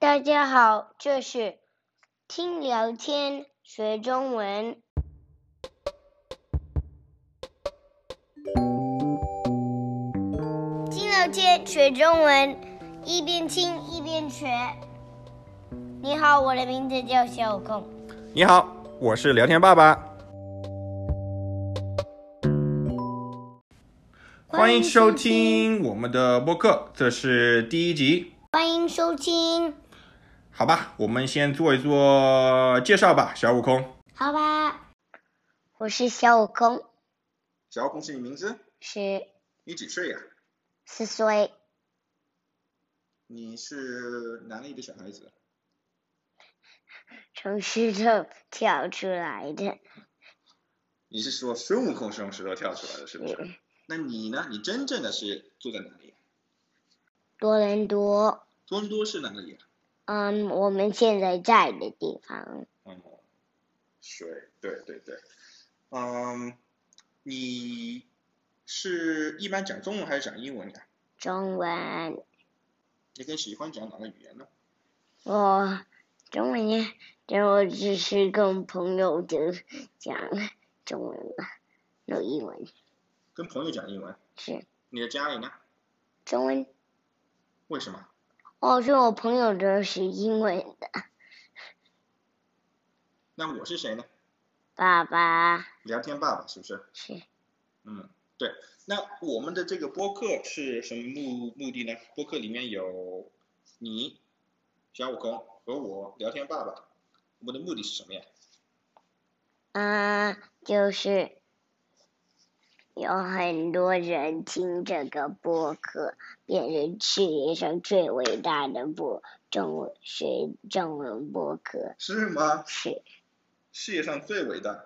大家好，这是听聊天学中文。听聊天学中文，一边听一边学。你好，我的名字叫小空。你好，我是聊天爸爸，欢迎收听我们的播客，这是第一集，欢迎收听，好吧，我们先做一做介绍吧。小悟空，好吧。我是小悟空，小悟空是你名字？是你几岁呀、四岁，你是哪里的小孩子？从石头跳出来的。你是说孙悟空是从石头跳出来的，是不嗯是？那你呢？你真正的是住在哪里呀？多伦多。多伦多是哪里呀？啊嗯，我们现在在的地方，嗯，水，对对对，嗯，你是一般讲中文还是讲英文呀？中文，你更喜欢讲哪个语言呢？我哦中文也，但我只是跟朋友就讲中文了，有英文跟朋友讲英文。是你的家里呢？中文。为什么？哦，是我朋友的是英文的，那我是谁呢？爸爸聊天爸爸是不是？是嗯，对。那我们的这个播客是什么目目的呢？播客里面有你、小悟空和我聊天爸爸，我们的目的是什么呀？啊、就是有很多人听这个播客，变成世界上最伟大的播中文学中文播客是吗？是，世界上最伟大，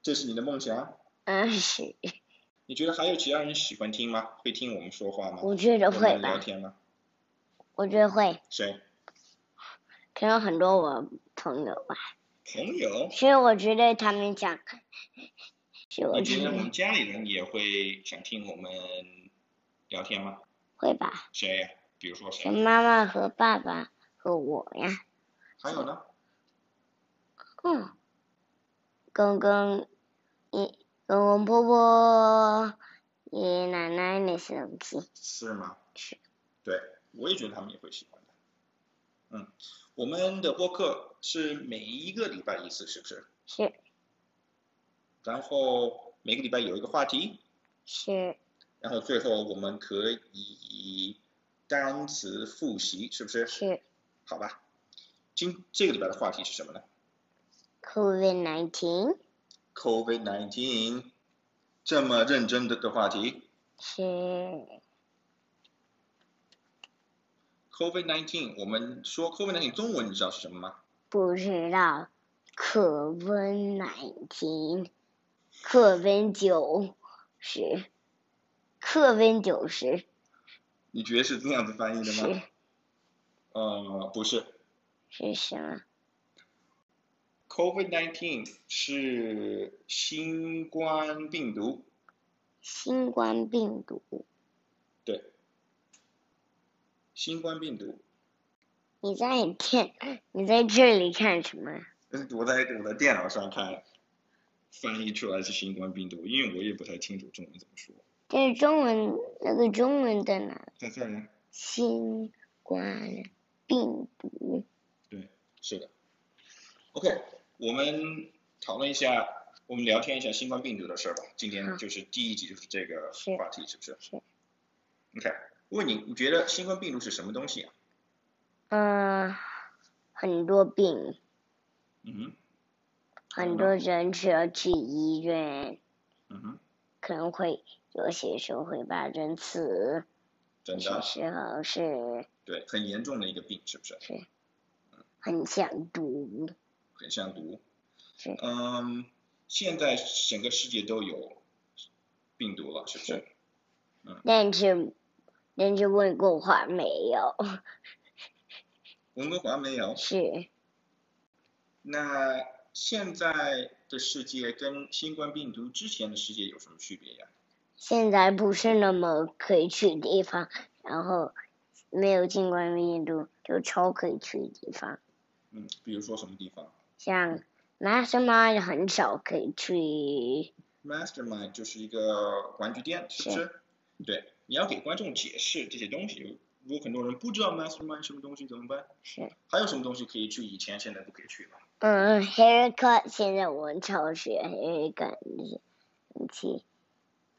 这是你的梦想？嗯是，你觉得还有其他人喜欢听吗？会听我们说话吗？我觉得我会们聊吧，天吗？我觉得会，谁？可能很多我朋友吧，朋友？所以我觉得他们讲，是我你觉觉得我们得家里人也会想听我们聊天吗？会吧，谁呀？比如说是谁？妈妈和爸爸和我呀，还有呢？嗯，公公，爷，公公婆婆，爷爷奶奶那些东西，是吗？是。对，我也觉得他们也会喜欢的。嗯，我们的播客是每一个礼拜一次，是不是？是然后每个礼拜有一个话题，是然后最后我们可以单词复习，是不是？是好吧。今这个礼拜的话题是什么呢，COVID nineteen ？COVID-19，这么认真的的话题。是 COVID-19，我们说 COVID-19 中文你知道是什么吗？不知道，COVID nineteen，课文九十，课文九十你觉得是这样子翻译的是吗？呃，不是是什么？ ，COVID-19 是新冠病毒，新冠病毒对，新冠病毒。你在看，你在这里看什么？呃我在我的电脑上看，翻译出来是新冠病毒，因为我也不太清楚中文怎么说。这是中文那个中文在哪？在这儿呢？新冠病毒对，是的。OK，我们讨论一下，我们聊天一下新冠病毒的事儿吧。今天好就是第一集，就是这个是话题，是不是是。 ？OK，问你，你觉得新冠病毒是什么东西啊？嗯、很多病，嗯哼，很多人需要去医院，嗯哼，可能会有些时候会把人死，有真些的，啊时候是对，很严重的一个病，是不是？很想毒，很像毒是。嗯，现在整个世界都有病毒了，是不是是？但是但是温哥华没有，温哥华没有。是那现在的世界跟新冠病毒之前的世界有什么区别呀？现在不是那么可以去的地方，然后没有新冠病毒，就超可以去的地方，嗯，比如说什么地方像 Mastermind 很少可以去， ？Mastermind 就是一个玩具店，是不是？对，你要给观众解释这些东西。如果很多人不知道 Mastermind 什么东西怎么办？是，还有什么东西可以去？以前现在不可以去了。嗯，haircut 现在我们超市 haircut 那些东西，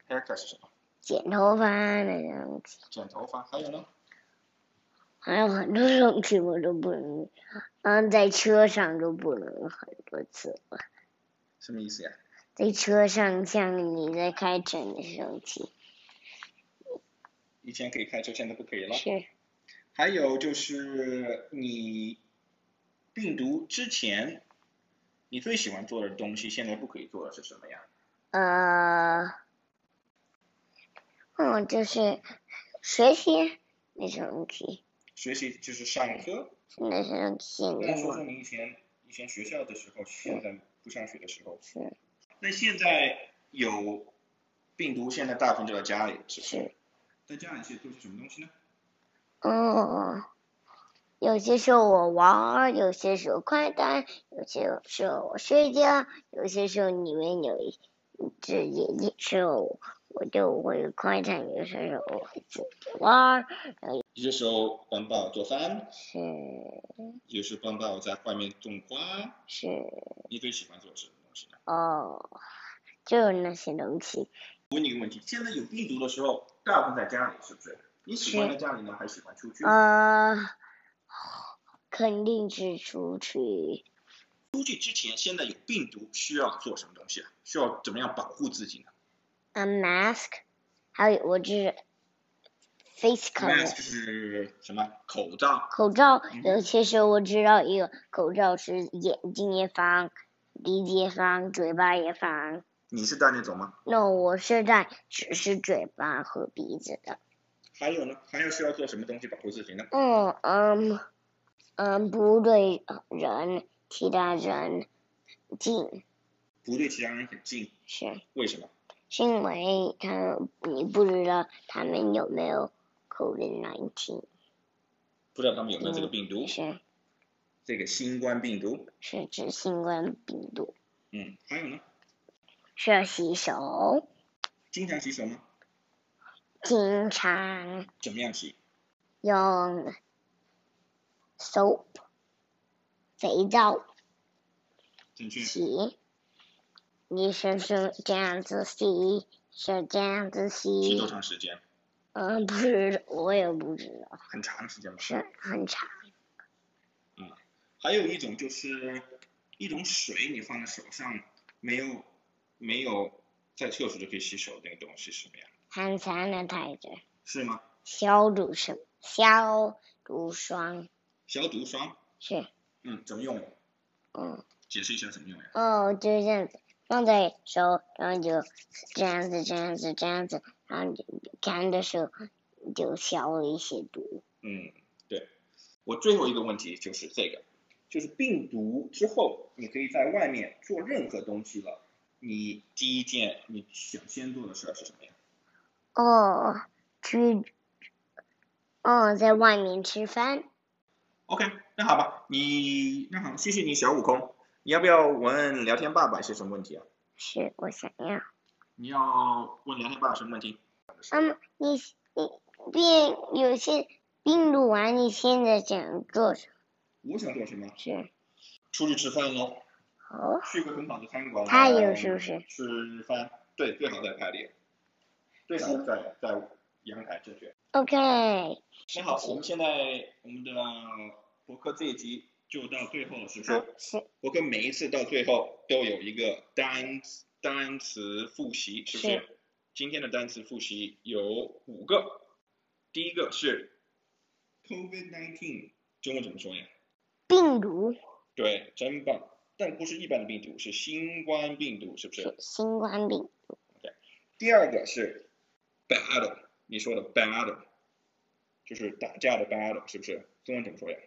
Haircut 是什么？剪头发那些东西，剪头发。还有呢？还有很多东西我都不能，嗯，在车上都不能很多次了，什么意思呀？在车上像你在开车的时期以前可以开车，现在不可以了。是，还有就是你病毒之前，你最喜欢做的东西，现在不可以做的是什么呀？呃，嗯，就是学习那些东西，学习就是上课。那些东西现那在说说我你以前以前学校的时候，现在不上学的时候。是那现在有病毒，现在大部分就在家里，是不是。在家里是做些什么东西呢？嗯，有些时候我玩儿，有些时候快单，有些时候我睡觉，有些时候里面有一只眼睛，时候我就会快单，有些时候我会自己玩儿，有些时候帮爸爸做饭，是有时帮爸爸在外面种花。是你最喜欢做什么东西呢？哦，就是那些东西，问你一个问题：现在有病毒的时候，大部分在家里，是不是？你喜欢是在家里呢，还是喜欢出去？呃，肯定是出去，出去之前，现在有病毒，需要做什么东西啊？需要怎么样保护自己呢 a 呃 mask，还有我这 face cover。 ？Mask 是什么？口罩。口罩嗯有些时候我知道一个口罩是眼睛也防，鼻子也防，嘴巴也防。你是戴那种吗？那我是在只是嘴巴和鼻子的。还有呢？还有需要做什么东西保护自己呢？嗯嗯嗯，不对人，其他人近不对其他人很近，是，为什么？是因为他你不知道他们有没有 COVID 1 9不知道他们有没有这个嗯病毒，是这个新冠病毒。是指新冠病毒，嗯，还有呢？是要洗手，经常洗手吗？经常。怎么样洗？用 soap 肥皂正确。洗，你是是这样子洗，是这样子洗洗多，长时间？嗯，不知我也不知道，很长时间吗？是很长，还有一种就是一种水，你放在手上没有没有在厕所就可以洗手那个东西是什么呀？很长的台子，是吗？消毒什消毒霜消毒霜，是，嗯，怎么用呀？嗯，解释一下怎么用呀？哦，就是这样子，放在手，然后就这样子，这样子，这样子，然后就干的时候就消了一些毒，嗯，对。我最后一个问题就是这个，就是病毒之后，你可以在外面做任何东西了。你第一件你想先做的事儿是什么呀？哦，去，哦，在外面吃饭， OK，那好吧，你那好，谢谢你，小悟空。你要不要问聊天爸爸一些什么问题啊？是我想要。你要问聊天爸爸什么问题？嗯，你你病有些病毒完，你现在想做什么？我想做什么？是出去吃饭喽，哦，去个很好的餐馆。他有是不是？吃饭，对，最好在海里，最好在在阳台正确。 ？OK，那好，我们现在我们的博客这一集就到最后了，是不好是？是博客每一次到最后都有一个单词单词复习，是不是？是今天的单词复习有五个，第一个是 COVID-19，中文怎么说呀？病毒对，真棒。但不是一般的病毒，是新冠病毒，是不是是？新冠病，第二个是 battle，你说的 battle，就是打架的 battle，是不是？中文怎么说呀？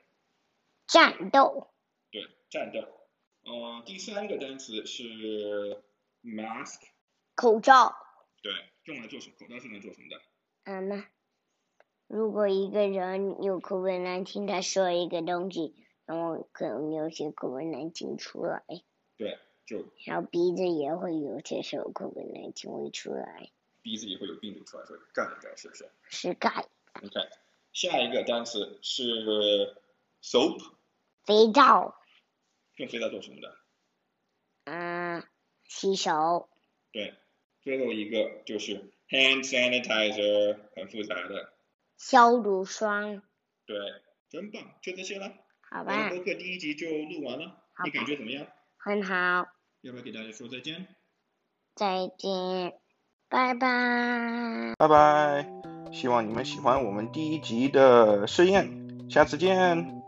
战斗对，战斗。嗯、第三个单词是 mask，口罩，对，用来做什么？口罩是用来做什么的？嗯，如果一个人有 COVID-19，他说一个东西，然后可能有些 COVID-19 出来，就然后鼻子也会有些时候 COVID-19 会出来，鼻子也会有病毒出来，所以干一干是不是是钙、 ？OK，下一个单词是 soap，肥皂，用肥皂做什么的？啊，洗手，对，最后一个就是 hand sanitizer，很复杂的，消毒霜，对，真棒，就这些了。好我吧们，播客第一集就录完了，好你感吧觉怎么样？很好，要不要给大家说再见？再见，拜拜。拜拜！希望你们喜欢我们第一集的试验，下次见。